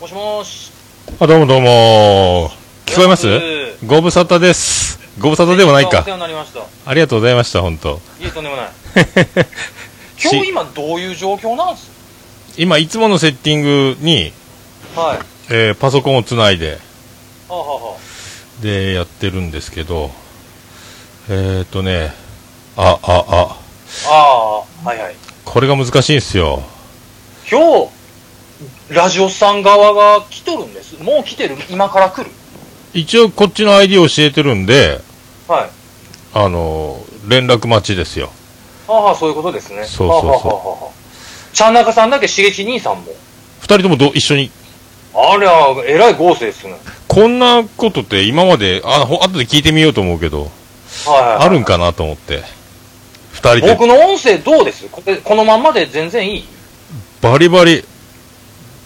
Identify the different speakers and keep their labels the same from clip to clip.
Speaker 1: もしもし。
Speaker 2: あ、どうもどうも。聞こえます
Speaker 1: よろし
Speaker 2: ご無沙汰です。ご無沙汰でもない
Speaker 1: お世
Speaker 2: か。
Speaker 1: 話になりました。い
Speaker 2: ありがとうございました、本当。
Speaker 1: え、とんでもない。今日
Speaker 2: し
Speaker 1: 今どういう状況なんです
Speaker 2: 今、いつものセッティングに、
Speaker 1: はい。は
Speaker 2: えーパソコンをつないで、
Speaker 1: あ、は
Speaker 2: で、やってるんですけど、えっ、ー、とね、あ、あ、
Speaker 1: あ、
Speaker 2: あ、
Speaker 1: はあ。ああ、はいはい。
Speaker 2: これが難しいんすよ。
Speaker 1: 今日、ラジオさん側が来とるんです。もう来てる今から来る
Speaker 2: 一応、こっちの ID を教えてるんで、
Speaker 1: はい。
Speaker 2: あのー連絡待ちですよ。
Speaker 1: ああはあ、そういうことですね。
Speaker 2: そうそうそう
Speaker 1: はあはあはあはあ。ちゃんなかさんだけしげち兄さんも。
Speaker 2: 二人ともど一緒に。
Speaker 1: ありゃ、えらい合成ですね。
Speaker 2: こんなことって今まで、あ、ほ後で聞いてみようと思うけど、
Speaker 1: はい、はい。
Speaker 2: あるんかなと思って。二人で
Speaker 1: 僕の音声どうですこれこのまんまで全然いい
Speaker 2: バリバリ、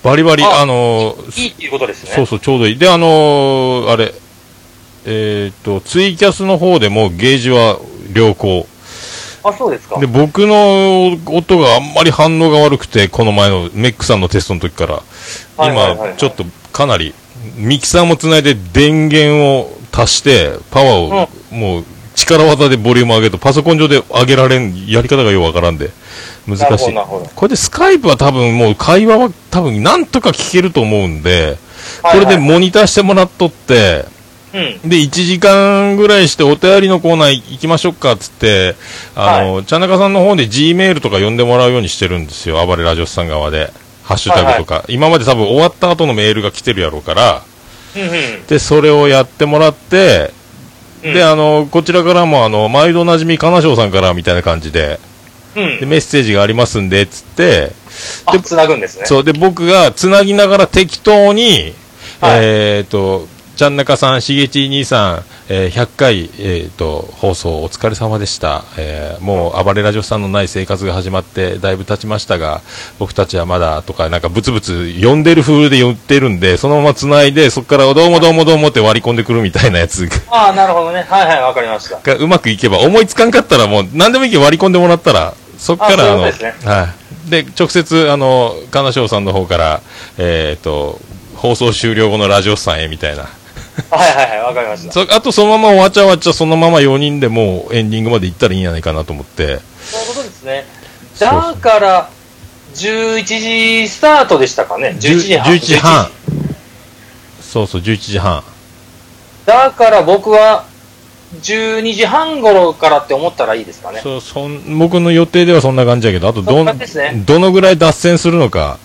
Speaker 2: バリバリ、
Speaker 1: あ
Speaker 2: あのー
Speaker 1: いいっていうことですね。
Speaker 2: そうそう、ちょうどいい。で、あのーあれ、えーっと、ツイキャスの方でもゲージは良好。
Speaker 1: あ、そうですか。
Speaker 2: で、僕の音があんまり反応が悪くて、この前のメックさんのテストの時から、
Speaker 1: はいはいはいはい
Speaker 2: 今、ちょっとかなり、ミキサーもつないで電源を足して、パワーを、もう、力技でボリューム上げると、パソコン上で上げられん、やり方がようわからんで、難しい
Speaker 1: なる。ほどなるほど
Speaker 2: これでスカイプは多分もう会話は多分なんとか聞けると思うんで、こ
Speaker 1: はい
Speaker 2: れ
Speaker 1: はい
Speaker 2: でモニターしてもらっとって、
Speaker 1: うん。
Speaker 2: で、1時間ぐらいしてお便りのコーナー行きましょうかっつって、あの、ちゃんなかさんの方で G メールとか呼んでもらうようにしてるんですよ、暴れラジオスさん側で。ハッシュタグとか。今まで多分終わった後のメールが来てるやろうから、
Speaker 1: うん
Speaker 2: で、それをやってもらって、
Speaker 1: うん。
Speaker 2: で、あの、こちらからも、あの、毎度おなじみ、金賞さんからみたいな感じで、
Speaker 1: うん
Speaker 2: で、。メッセージがありますんで、つって、
Speaker 1: あ、つなぐんですね。
Speaker 2: そう、で、僕が繋ぎながら適当に、
Speaker 1: はい
Speaker 2: えっ、と、ちゃんなかさん、しげち兄さん、えー100回、えっ、と、放送お疲れ様でした。えーもう、暴れラジオさんのない生活が始まって、だいぶ経ちましたが、僕たちはまだ、とか、なんか、ブツブツ、呼んでる風で言ってるんで、そのまま繋いで、そこから、どうもどうもどうもって割り込んでくるみたいなやつ
Speaker 1: ああ、なるほどね。はいはい、わかり ました。
Speaker 2: がうまくいけば、思いつかんかったら、もう、何でもいいけど割り込んでもらったら、そっか
Speaker 1: あ
Speaker 2: ら、あ
Speaker 1: そう
Speaker 2: の、
Speaker 1: いうことです
Speaker 2: はい。で、直接、あの、金賞さんの方から、えっ、と、放送終了後のラジオさんへみたいな。
Speaker 1: はいはいはい、わかりました。
Speaker 2: そあと、そのままわちゃわちゃ、そのまま4人でもうエンディングまで行ったらいいんじゃないかなと思って。
Speaker 1: そういうことですね。だから、11時スタートでしたかね。11時半。
Speaker 2: 11時半。そうそう、11時半。
Speaker 1: だから僕は、12時半頃からって思ったらいいですかね。
Speaker 2: そうそん僕の予定ではそんな感じやけど、あとどん、
Speaker 1: そんな感じですね
Speaker 2: どのぐらい脱線するのか。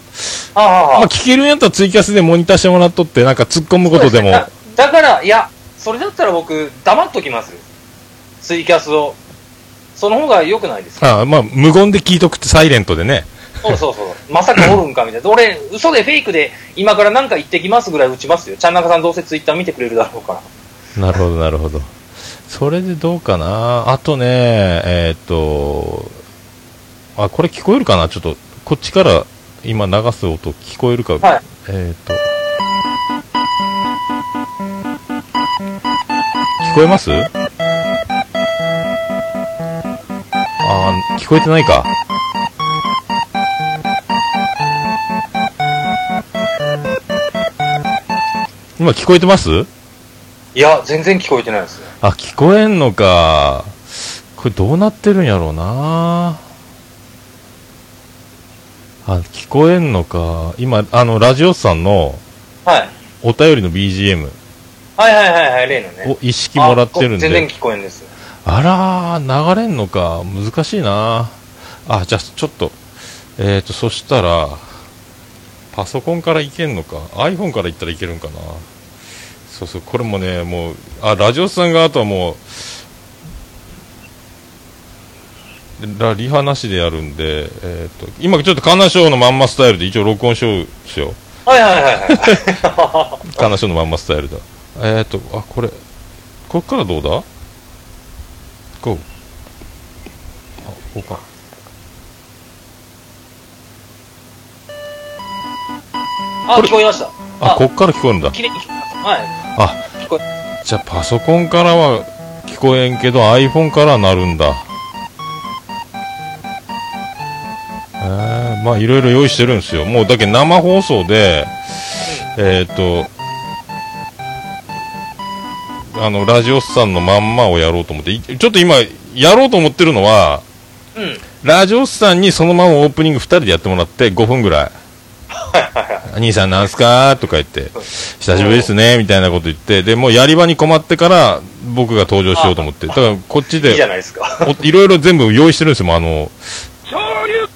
Speaker 1: ああ、はあ、
Speaker 2: ま
Speaker 1: は
Speaker 2: あ、聞けるんやったらツイキャスでモニターしてもらっとって、なんか突っ込むこと でも。
Speaker 1: だだから、いや、それだったら僕、黙っときます。ツイキャスを。その方が良くないですか
Speaker 2: ああまあ、無言で聞いとくって、サイレントでね。
Speaker 1: そうそうそう。まさかおるんかみたいな。俺、嘘でフェイクで、今からなんか言ってきますぐらい打ちますよ。ちゃんなかさんどうせツイッター見てくれるだろうから。
Speaker 2: なるほど、なるほど。それでどうかな。あとね、えーっと、あ、これ聞こえるかなちょっと、こっちから今流す音聞こえるか。
Speaker 1: はい
Speaker 2: えーっと。聞こえますあー聞こえてないか。今聞こえてます
Speaker 1: いや、全然聞こえてないですね。
Speaker 2: あ、聞こえんのか。これどうなってるんやろうな。あ、聞こえんのか。今、あの、ラジオさんの
Speaker 1: はい。
Speaker 2: お便りの BGM
Speaker 1: はいはいはいはい、例のね。
Speaker 2: を一式もらってるん
Speaker 1: あ全然
Speaker 2: で。
Speaker 1: 聞こえんです。
Speaker 2: あらー、流れんのか。難しいな。あ、じゃあ、ちょっと。えーと、そしたら、パソコンからいけんのか。iPhone からいったらいけるんかな。そうそう、これもね、もう、あ、ラジオさんがあとはもう、ラリハなしでやるんで、えー、と今ちょっとカンナショーのまんまスタイルで一応録音しようですよ
Speaker 1: はいはいはいはい。
Speaker 2: カンナショーのまんまスタイルだえっ、ー、とあこれこっからどうだこうあこうか
Speaker 1: あ、聞こえました。
Speaker 2: あこっから聞こえるんだ
Speaker 1: 綺麗に聞こえました。はい。
Speaker 2: あ
Speaker 1: 聞こ
Speaker 2: じゃあパソコンからは聞こえんけど iPhone からはなるんだえー、まあいろいろ用意してるんですよもうだけど生放送でえーっとあのラジオスさんのまんまをやろうと思っていちょっと今やろうと思ってるのは
Speaker 1: うん。はい
Speaker 2: ラジオスさんにそのままオープニング2人でやってもらって5分ぐらい
Speaker 1: はいはい。
Speaker 2: 「兄さんなんすか?」とか言って「久しぶりですね」みたいなこと言ってでもうやり場に困ってから僕が登場しようと思ってだからこっち
Speaker 1: いいじゃ
Speaker 2: で
Speaker 1: ないですか。
Speaker 2: おいろいろ全部用意してるんですよもうあの
Speaker 1: 恐竜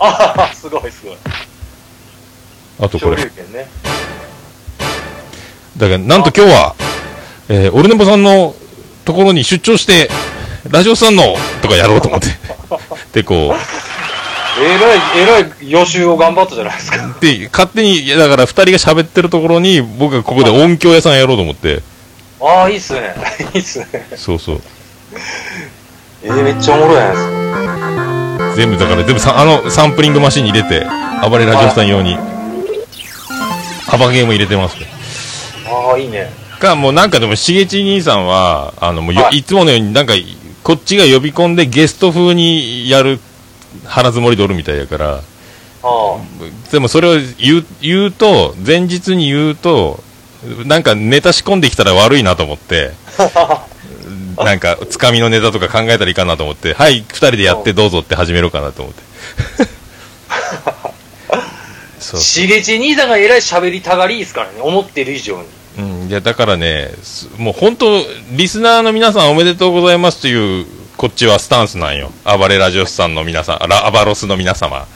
Speaker 1: ああ、すごいすごい。
Speaker 2: あとこ
Speaker 1: 恐
Speaker 2: れ
Speaker 1: 竜拳ね。
Speaker 2: だからなんと今日は、えー、オルネポさんのところに出張して、ラジオさんのとかやろうと 思って。で、こう、
Speaker 1: えらい、えらい予習を頑張ったじゃないですか。
Speaker 2: で、勝手に、いやだから二人が喋ってるところに、僕がここで音響屋さんやろうと思って。
Speaker 1: ああ、いいっすね。 いいっすね。
Speaker 2: そうそう。
Speaker 1: えー、めっちゃおもろいじゃないですか。
Speaker 2: 全部、だから全部さ、あの、サンプリングマシンに入れて、暴れラジオさん用に、幅ゲーム入れてますね。
Speaker 1: ああ、いいね。
Speaker 2: か、もうなんかでも、しげち兄さんは、あの、もうよ、、
Speaker 1: はいい
Speaker 2: つものように、なんか、こっちが呼び込んでゲスト風にやる腹積もりでおるみたいやから、
Speaker 1: あ
Speaker 2: でもそれを言う言うと、前日に言うと、なんかネタ仕込んできたら悪いなと思って、なんか、つかみのネタとか考えたらいいかなと思って、はい、二人でやってどうぞって始めようかなと思って。そ
Speaker 1: あ。しげち兄さんがえらい喋りたがりですからね。思ってる以上に。
Speaker 2: う。うん、いや、だからね、すもう本当、リスナーの皆さんおめでとうございますという、こっちはスタンスなんよ。暴れラジオスさんの皆さん、ラアバロスの皆様。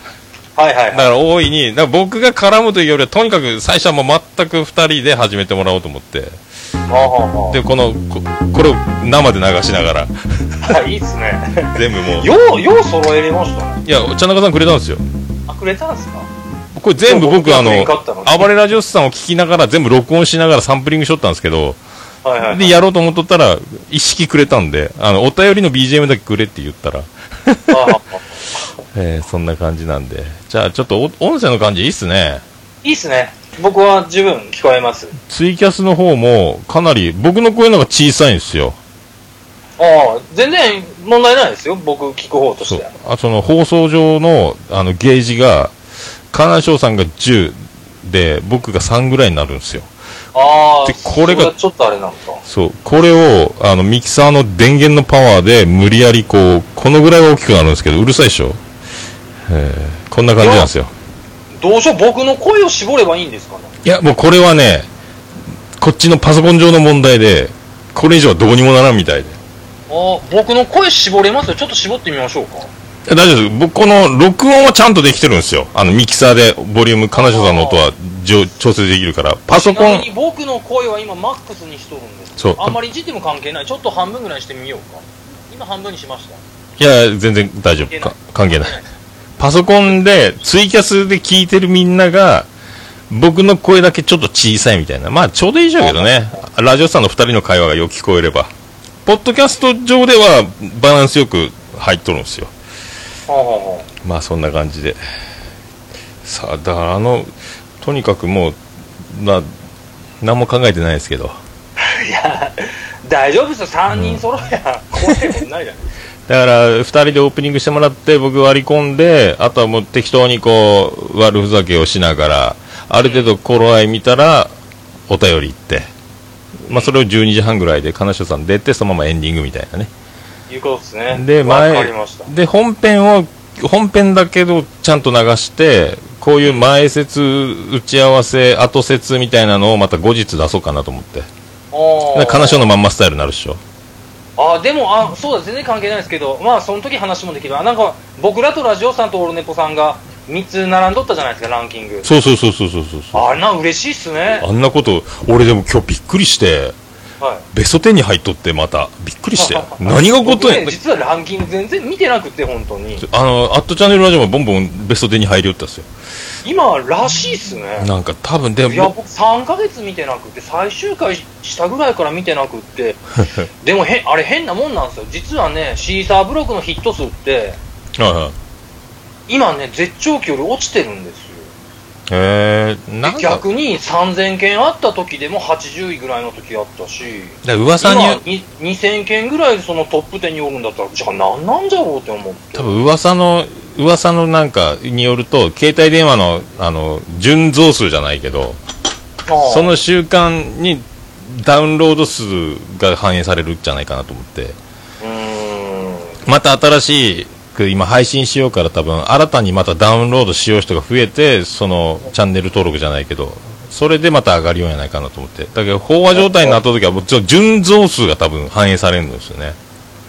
Speaker 1: はいはい
Speaker 2: だ
Speaker 1: はい。
Speaker 2: から大いに、だから僕が絡むというよりは、とにかく最初はもう全く2人で始めてもらおうと思って、
Speaker 1: ああ、は
Speaker 2: で、この、ここれを生で流しながら、
Speaker 1: あ、はい、いいっすね。
Speaker 2: 全部もう、
Speaker 1: よう、よう揃えれましたね。
Speaker 2: いや、ちゃん中さんくれたんですよ。
Speaker 1: あ、くれたんすか
Speaker 2: これ全部僕、
Speaker 1: そう
Speaker 2: あの
Speaker 1: 僕が買ったの、
Speaker 2: 暴れラジオスさんを聞きながら、全部録音しながらサンプリングしとったんですけど、
Speaker 1: はいはい、はい。
Speaker 2: で、やろうと思っとったら、一式くれたんで、あの、お便りの BGM だけくれって言ったら、
Speaker 1: ああああ
Speaker 2: えーそんな感じなんで。じゃあ、ちょっとお、音声の感じいいっすね。
Speaker 1: いいっすね。僕は十分聞こえます。
Speaker 2: ツイキャスの方も、かなり、僕の声の方が小さいんですよ。
Speaker 1: ああ、全然問題ないですよ。僕聞く方と
Speaker 2: そ
Speaker 1: し
Speaker 2: う
Speaker 1: ては。
Speaker 2: あその放送上のあのゲージが河南省さんが10で僕が3ぐらいになるんですよ
Speaker 1: ああ、
Speaker 2: でこれが
Speaker 1: そちょっとあれなんか。
Speaker 2: そうこれをあのミキサーの電源のパワーで無理やりこうこのぐらいは大きくなるんですけどうるさいでしょ、えーこんな感じなんですよ
Speaker 1: どうしよう、僕の声を絞ればいいんですかね。
Speaker 2: いやもうこれはねこっちのパソコン上の問題でこれ以上はどうにもならんみたいで
Speaker 1: ああ、僕の声絞れますよ。ちょっと絞ってみましょうか。
Speaker 2: いや大丈夫です僕この録音はちゃんとできてるんですよあのミキサーでボリューム河南省さんの音は上調整できるからパソ
Speaker 1: ち
Speaker 2: コ
Speaker 1: な
Speaker 2: ン
Speaker 1: みに僕の声は今マックスにしとるんです。
Speaker 2: そう
Speaker 1: あんまりいじっても関係ない。ちょっと半分ぐらいにしてみようか。今半分にしました。
Speaker 2: いや、全然大丈夫。か関係ない。パソコンで、ツイキャスで聞いてるみんなが、僕の声だけちょっと小さいみたいな。まあ、ちょうどいいじゃんけどね。ラジオさんの二人の会話がよく聞こえれば。ポッドキャスト上では、バランスよく入っとるんですよ。
Speaker 1: はあはあは
Speaker 2: まあ、そんな感じで。さあ、だからあの、とにかくもう、な、何も考えてないですけど。
Speaker 1: あ、いや、大丈夫ですよ。3人揃えや。声もないじゃない
Speaker 2: だから2人でオープニングしてもらって僕割り込んであとはもう適当にこう悪ふざけをしながらある程度頃合い見たらお便り行って、まあ、それを12時半ぐらいで金城さん出てそのままエンディングみたいなね
Speaker 1: いうことですね。
Speaker 2: で
Speaker 1: わかり
Speaker 2: 前
Speaker 1: ました。
Speaker 2: で本編を本編だけどちゃんと流してこういう前説打ち合わせ後説みたいなのをまた後日出そうかなと思って
Speaker 1: ああ。
Speaker 2: 金城のまんまスタイルになるでしょ
Speaker 1: あでもあそうだ全然関係ないですけどまあその時話もできるあなんか僕らとラジオさんとオルネポさんが3つ並んどったじゃないですかランキング
Speaker 2: そうそうそうそうそうそうそう
Speaker 1: あれな嬉しいっすね
Speaker 2: あんなこと俺でも今日びっくりして
Speaker 1: は
Speaker 2: ベスト10に入っとってまたびっくり
Speaker 1: い
Speaker 2: して何がこと
Speaker 1: 僕
Speaker 2: や
Speaker 1: ね
Speaker 2: ん
Speaker 1: 実はランキング全然見てなくて本当に
Speaker 2: あの「アットチャンネルラジオ」もボンボンベスト10に入りよったんですよ
Speaker 1: 今らしいっすね
Speaker 2: なんか多分で
Speaker 1: いや
Speaker 2: も
Speaker 1: 僕3ヶ月見てなくて最終回したぐらいから見てなくって でもへあれ変なもんなんですよ実はねシーサーブロックのヒット数って
Speaker 2: はいはい
Speaker 1: 今ね絶頂期より落ちてるんですよ
Speaker 2: へえなんか
Speaker 1: 逆に3000件あった時でも80位ぐらいの時あったし
Speaker 2: だ噂に
Speaker 1: 今に2000件ぐらいそのトップ10におるんだったらじゃあ何なんじゃろうって思って
Speaker 2: 多分噂の噂のなんかによると携帯電話のあの純増数じゃないけど
Speaker 1: あ
Speaker 2: その習慣にダウンロード数が反映されるんじゃないかなと思って
Speaker 1: うーん
Speaker 2: また新しく今配信しようから多分新たにまたダウンロードしよう人が増えてそのチャンネル登録じゃないけどそれでまた上がるようじゃないかなと思ってだけど飽和状態になった時はもうちょ純増数が多分反映されるんですよね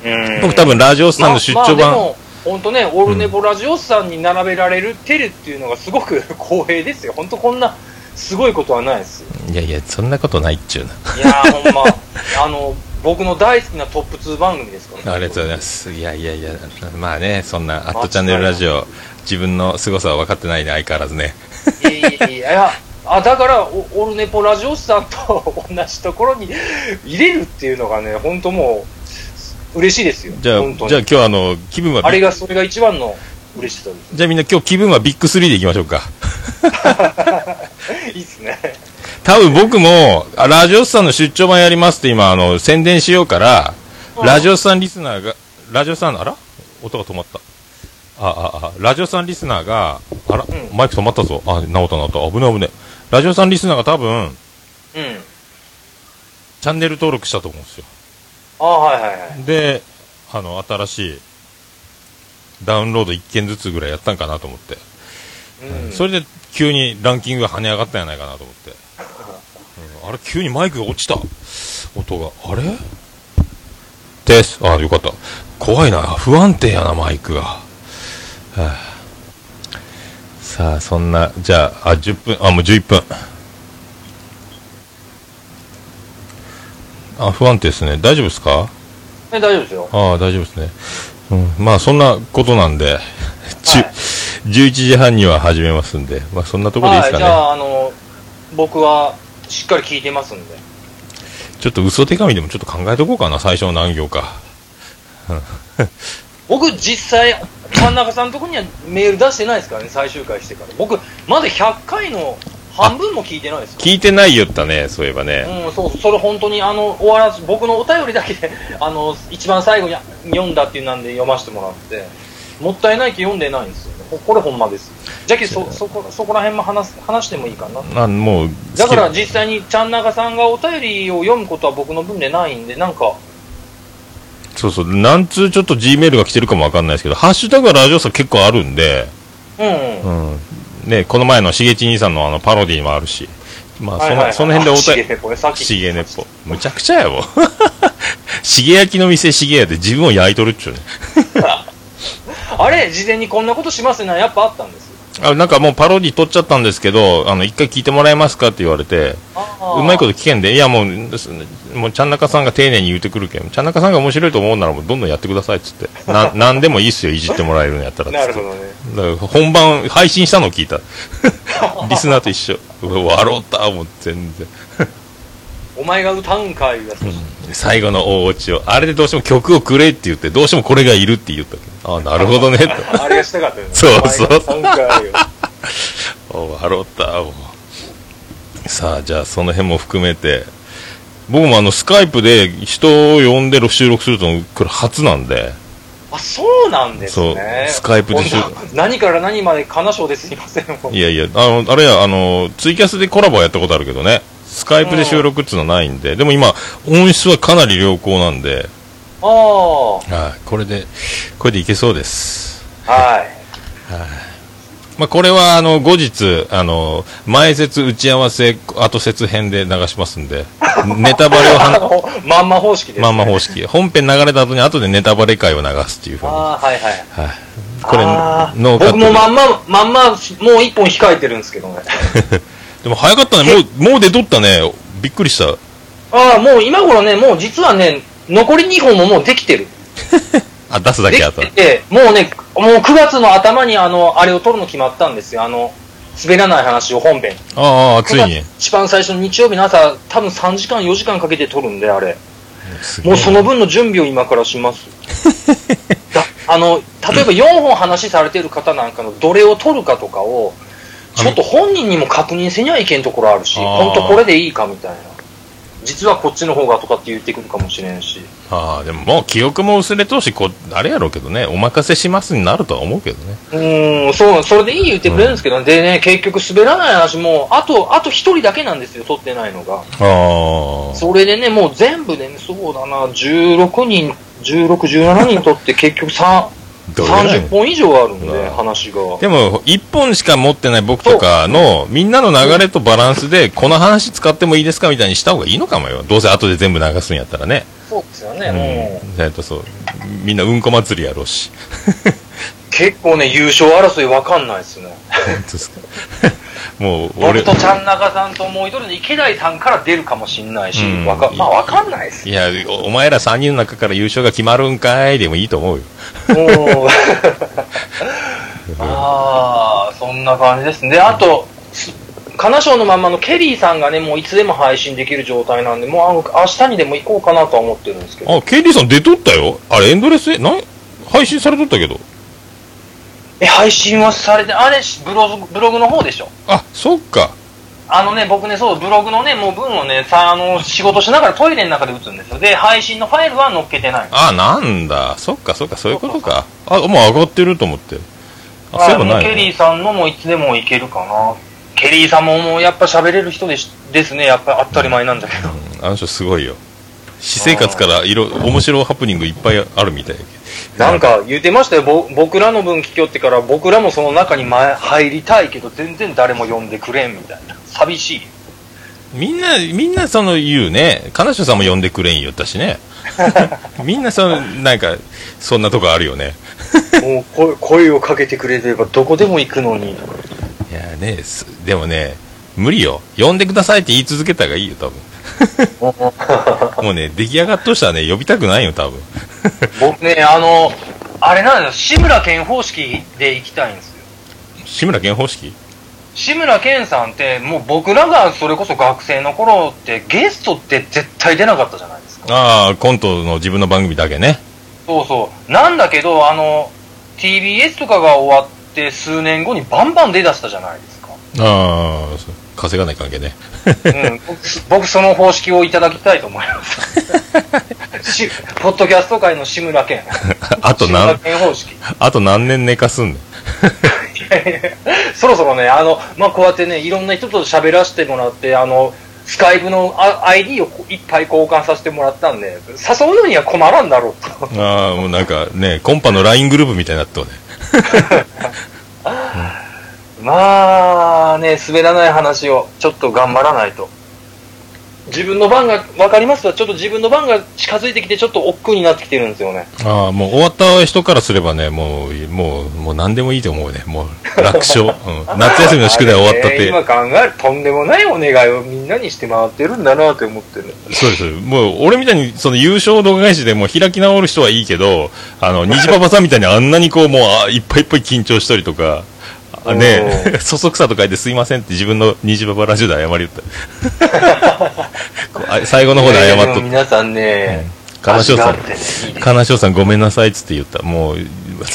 Speaker 1: うん
Speaker 2: 僕多分ラジオス
Speaker 1: ま
Speaker 2: さん
Speaker 1: あ
Speaker 2: の出張版、
Speaker 1: まあでも本当ね、オルネボラジオスさんに並べられるテレっていうのがすごく 光栄ですよ。本当こんなすごいことはないですよ。
Speaker 2: いやいやそんなことないっちゅうない
Speaker 1: やー、ほん ま、あの、僕の大好きなトップ2番組ですから、
Speaker 2: ありがとうございます。いやいやいや、まあね、そんな、アットチャンネルラジオ、自分の凄さは分かってないね、相変わらずね。
Speaker 1: いやいやいやいやあだからおオルネポラジオスさんと同じところに入れるっていうのがね本当もう嬉しいですよ
Speaker 2: じゃあ、
Speaker 1: 本当に
Speaker 2: じゃあ今日あの、気分は、
Speaker 1: あれがそれが一番の嬉しさで
Speaker 2: じゃあみんな今日気分はビッグ3でいきましょうか。
Speaker 1: すいいっすね
Speaker 2: 多分僕も、あラジオスさんの出張版やりますって今、あの、宣伝しようから、
Speaker 1: うん
Speaker 2: ラジオスさんリスナーが、ラジオスさん、あら音が止まった。あ、あ、あ、ラジオさんリスナーが、あら、
Speaker 1: うん
Speaker 2: マイク止まったぞ。あ、直った直った。危ない危ない。ラジオさんリスナーが多分、
Speaker 1: うん
Speaker 2: チャンネル登録したと思うんですよ。
Speaker 1: あはいはいはい
Speaker 2: であの新しいダウンロード1件ずつぐらいやったんかなと思って、
Speaker 1: うん
Speaker 2: それで急にランキングが跳ね上がったんやないかなと思って、うんあれ急にマイクが落ちた音があれですあよかった怖いな不安定やなマイクが、はあさあそんなじゃああ10分あもう11分あ不安定ですね大丈夫ですか
Speaker 1: え大丈夫ですよ
Speaker 2: ああ、大丈夫ですね。うん、まあ、そんなことなんで、ちゅ
Speaker 1: はい
Speaker 2: 11時半には始めますんで、まあ、そんなところでいいです
Speaker 1: はいじ
Speaker 2: かね。
Speaker 1: ゃああの僕はしっかり聞いてますんで
Speaker 2: ちょっと嘘手紙でもちょっと考えとこうかな、最初の何行か。
Speaker 1: 僕実際真ん中さんのとこにはメール出してないですからね最終回してから僕まだ100回の半分も聞いてないですから
Speaker 2: 聞いてないよったね、そういえばね。
Speaker 1: うん、そうそれ本当にあの終わらず僕のお便りだけで あの一番最後に読んだっていうなんで読ませてもらってもったいないけど読んでないんですよねここれほんまですじゃけそそこそこら辺も話す話してもいいかな
Speaker 2: あもう、
Speaker 1: だから実際にちゃんなかさんがお便りを読むことは僕の分でないんでなんか
Speaker 2: そうそう、何通ちょっと G メールが来てるかもわかんないですけど、ハッシュタグはラジオさん結構あるんで、
Speaker 1: うん、
Speaker 2: うん。ね、この前のしげち兄さんのあのパロディもあるし、まあ、その,、その辺でお
Speaker 1: た
Speaker 2: 便り
Speaker 1: り。さっき
Speaker 2: しげねっぽ。むちゃくちゃやもん。 しげ焼きの店しげやで自分を焼いとるっちゅうね。
Speaker 1: あれ事前にこんなことしますねやっぱあったんですよ
Speaker 2: あなんかもうパロディ撮っちゃったんですけど、あの、一回聞いてもらえますかって言われて、
Speaker 1: あー
Speaker 2: うまいこと聞けんで、いやもう、ですもう、ちゃんなかさんが丁寧に言うてくるけん、ちゃんなかさんが面白いと思うならもうどんどんやってくださいっつって、 な、なんでもいいっすよ、いじってもらえるんやったらっつっ
Speaker 1: なるほ
Speaker 2: て。
Speaker 1: どね
Speaker 2: だから本番、配信したのを聞 いた。リスナーと一緒。うわ笑った、もう全然。
Speaker 1: お前が歌うんかいうやつ、
Speaker 2: 最後の大落ちを、あれでどうしても曲をくれって言って、どうしてもこれがいるって言ったけどあなるほどね、と。
Speaker 1: あれがしたかったよね
Speaker 2: そうそう
Speaker 1: お前が歌うんか いう
Speaker 2: お笑ったもうさあじゃあその辺も含めて僕もあのスカイプで人を呼んで収録するとのこれ初なんで
Speaker 1: あそうなんですね
Speaker 2: そうスカイプでしゅ
Speaker 1: こんな何から何まで金賞ですいませんもう
Speaker 2: いやいやあのあれやあのツイキャスでコラボはやったことあるけどねスカイプで収録っつうのはないんででも今音質はかなり良好なんで、
Speaker 1: あ
Speaker 2: はい、これでこれでいけそうです
Speaker 1: あはい
Speaker 2: まあ、これはあの後日あの前説打ち合わせ後説編で流しますんでネタバレをは
Speaker 1: あ
Speaker 2: な
Speaker 1: のまんま方式です、ね、
Speaker 2: まあまあ方式。本編流れた後に後でネタバレ会を流すっていうふうに。は
Speaker 1: あ
Speaker 2: い。
Speaker 1: あはいはい
Speaker 2: これ
Speaker 1: あ、ー
Speaker 2: ノーカッ
Speaker 1: 僕
Speaker 2: ト
Speaker 1: も
Speaker 2: で。
Speaker 1: まんままんまもう一本控えてるんですけどね
Speaker 2: でも早かったね。もう、もう出とったね。びっくりした。
Speaker 1: ああもう今頃ねもう実はね残り2本ももうできてる
Speaker 2: あ、出すだ
Speaker 1: で
Speaker 2: けあ
Speaker 1: き
Speaker 2: った
Speaker 1: て。てもうねもう9月の頭にあのあれを撮るの決まったんですよあの滑らない話を本編
Speaker 2: ああ、ついに。
Speaker 1: 一番最初の日曜日の朝多分3時間4時間かけて撮るんであれ
Speaker 2: すげ
Speaker 1: も
Speaker 2: え
Speaker 1: うその分の準備を今からし ますだあの例えば4本話されてる方なんかのどれを取るかとかをちょっと本人にも確認せにゃいけんところあるし
Speaker 2: あー
Speaker 1: 本当これでいいかみたいな実はこっちの方がとかって言ってくるかもしれんし、
Speaker 2: ああでももう記憶も薄れとうしこうあれやろうけどねお任せしますになるとは思うけどね
Speaker 1: うーん、そう、それでいい言ってくれるんですけど、でね、結局滑らない話も、あと、あと一人だけなんですよ、取ってないのが。
Speaker 2: あ
Speaker 1: それでね、もう全部でね、そうだな、16人、16、17人取って結局さ
Speaker 2: どれぐらい
Speaker 1: 30本以上あるん
Speaker 2: う
Speaker 1: で、
Speaker 2: わ
Speaker 1: 話が。
Speaker 2: でも1本しか持ってない僕とかのみんなの流れとバランスでこの話使ってもいいですかみたいにした方がいいのかもよどうせ後で全部流すんやったらね
Speaker 1: そうですよ
Speaker 2: うん
Speaker 1: ね、うん
Speaker 2: えっとそうみんなうんこ祭りやろうし
Speaker 1: 結構ね、優勝争いわかんないですね。
Speaker 2: 本当ですかもう俺
Speaker 1: 僕とちゃん中さんともう一人で池田さんから出るかもしんないし、
Speaker 2: うん
Speaker 1: わかまあわかんないです
Speaker 2: いやおお前ら3人の中から優勝が決まるんかいでもいいと思うよ
Speaker 1: もうああ、そんな感じですね。で、あと、す金賞のまんまのケリーさんがね、もういつでも配信できる状態なんで、もうあの明日にでも行こうかなとは思ってるんですけど。
Speaker 2: あケイリーさん出とったよあれエンドレスえなん配信されとったけど
Speaker 1: え、配信はされて、あれ、ブログ、ブログの方でしょ
Speaker 2: あそっか
Speaker 1: あのね、僕ね、そう、ブログのね、もう文をね、さ、あの、仕事しながらトイレの中で打つんですよ。で、配信のファイルは載っけてない。
Speaker 2: あなんだそっかそっかそういうことかあもう上がってると思ってあ
Speaker 1: は
Speaker 2: そうい
Speaker 1: い
Speaker 2: えば
Speaker 1: も
Speaker 2: な
Speaker 1: う
Speaker 2: い
Speaker 1: ケ
Speaker 2: ね
Speaker 1: リーさんのもいつでもいけるかな。ケリーさんももうやっぱ喋れる人でしですね。やっぱ当たり前なんだけど。
Speaker 2: あの人すごいよ私生活からいろ面白いハプニングいっぱいあるみたい
Speaker 1: なんか言ってましたよ。ぼ僕らの分聞きよってから僕らもその中に前入りたいけど全然誰も呼んでくれんみたいな。寂しい。
Speaker 2: みんなみんなその言うね彼女さんも呼んでくれん言った しねみんなそのなんかそんなとこあるよね
Speaker 1: もう声声をかけてくれればどこでも行くのに。
Speaker 2: いやねすでもね無理よ呼んでくださいって言い続けた方がいいよ多分もうね出来上がっとしたらね呼びたくないよ多分
Speaker 1: 僕ね、あの、あれなんですよ。志村けん方式で行きたいんですよ。
Speaker 2: 志村けん方式
Speaker 1: 志村けんさんってもう僕らがそれこそ学生の頃ってゲストって絶対出なかったじゃないですか。
Speaker 2: ああコントの自分の番組だけね
Speaker 1: そうそう。なんだけど、あの、TBS とかが終わって数年後にバンバン出だしたじゃないですか。
Speaker 2: ああそう稼がない関係ね
Speaker 1: うん。僕、僕その方式をいただきたいと思います。しポッドキャスト界の志村けん。
Speaker 2: あと
Speaker 1: 志村
Speaker 2: 何
Speaker 1: けん方式。い
Speaker 2: あと何年寝かすんの
Speaker 1: やいやそろそろね、あの、まあ、こうやってね、いろんな人と喋らせてもらって、あの、スカイブのあ ID をこういっぱい交換させてもらったんで、誘うのには困らんだろうと。
Speaker 2: ああもうなんかねコンパの LINE グループみたいになってね
Speaker 1: まあね、滑らない話をちょっと頑張らないと。自分の番が、わかりますわ。ちょっと自分の番が近づいてきて、ちょっと億劫になってきてるんですよね。
Speaker 2: ああもう終わった人からすればねもうもうもう何でもいいと思うねもう 楽勝、うん、夏休みの宿題終わったっ
Speaker 1: あれね
Speaker 2: て
Speaker 1: 今考えるとんでもないお願いをみんなにして回ってるんだなって思ってる。
Speaker 2: そうです。もう、俺みたいに、その優勝動画返しでもう開き直る人はいいけど、あの、虹パパさんみたいにあんなにこう、もう、あいっぱいいっぱい緊張したりとか、あね
Speaker 1: う
Speaker 2: え、 そそくさと書いてすいませんって自分の虹パパラジオで謝りよった。 こうあ最後の方で謝っ
Speaker 1: いやいやも
Speaker 2: と
Speaker 1: 皆さんね、
Speaker 2: 金
Speaker 1: 味
Speaker 2: 賞
Speaker 1: が
Speaker 2: さ
Speaker 1: あっ
Speaker 2: ん
Speaker 1: て、ねいいね
Speaker 2: 金賞さんごめんなさいっつって言った。もう、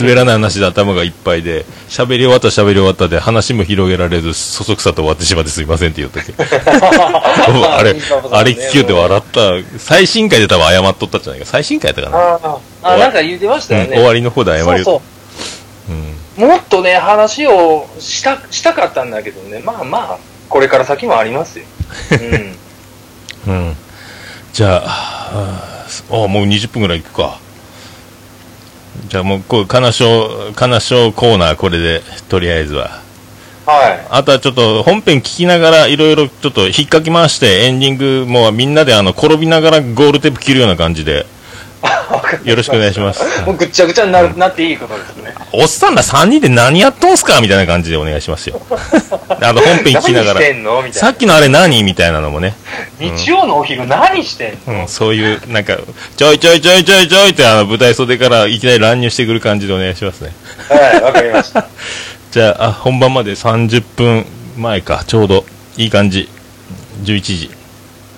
Speaker 2: 滑らない話で頭がいっぱいで、喋り終わった喋り終わったで話も広げられず、そそくさと終わってしまってすいませんって言った け。あれ、あれ聞きよって笑った。最新回で多分謝っとったんじゃないか。最新回だったかな。
Speaker 1: あああ、なんか言ってました
Speaker 2: う
Speaker 1: よ
Speaker 2: ん、
Speaker 1: ね。
Speaker 2: 終わりの方で謝
Speaker 1: そう
Speaker 2: り
Speaker 1: そう
Speaker 2: よ。うん
Speaker 1: もっとね、話をした、したかったんだけどね、まあまあ、これから先もありますよ。 うん。
Speaker 2: うん。じゃあ、あーあもう20分ぐらい行くか。じゃあもう、こう、金賞、金賞コーナーこれで、とりあえずは。
Speaker 1: はい。
Speaker 2: あとはちょっと本編聞きながらいろいろちょっと引っかき回してエンディングもうみんなであの転びながらゴールテープ切るような感じでよろしくお願いします。
Speaker 1: もうぐっちゃぐちゃになるなっていいことですね。
Speaker 2: おっさんら3人で何やっとんすかみたいな感じでお願いしますよ。あと本編聞きな
Speaker 1: 何
Speaker 2: がら
Speaker 1: し。てんのみた
Speaker 2: さ
Speaker 1: い
Speaker 2: っきのあれ何みたいなのもね。
Speaker 1: な。日曜のお昼何してんの
Speaker 2: うん、そういう、なんか、ちょいちょいちょいちょいちょいってあの舞台袖からいきなり乱入してくる感じでお願いしますね。
Speaker 1: はい、わかりました。
Speaker 2: じゃあ、あ本番まで30分前か、ちょうどいい感じ。11時。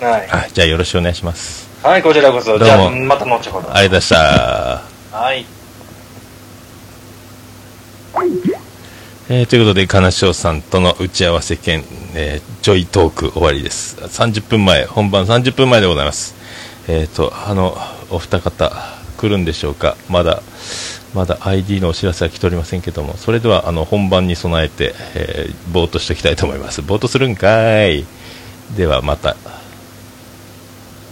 Speaker 1: はい。
Speaker 2: はい、じゃあよろしくお願いします。
Speaker 1: はい、こちらこそ。
Speaker 2: どうも
Speaker 1: じゃあ、また後ほど。
Speaker 2: ありがとうございました。
Speaker 1: はい。
Speaker 2: えーということで、金賞さんとの打ち合わせ兼、えージョイトーク終わりです。30分前、本番30分前でございます。えっ、と、あの、お二方、来るんでしょうか。まだ、まだ ID のお知らせは来ておりませんけども、それでは、あの、本番に備えて、えーぼーっとしておきたいと思います。ぼーっとするんかーい。では、また。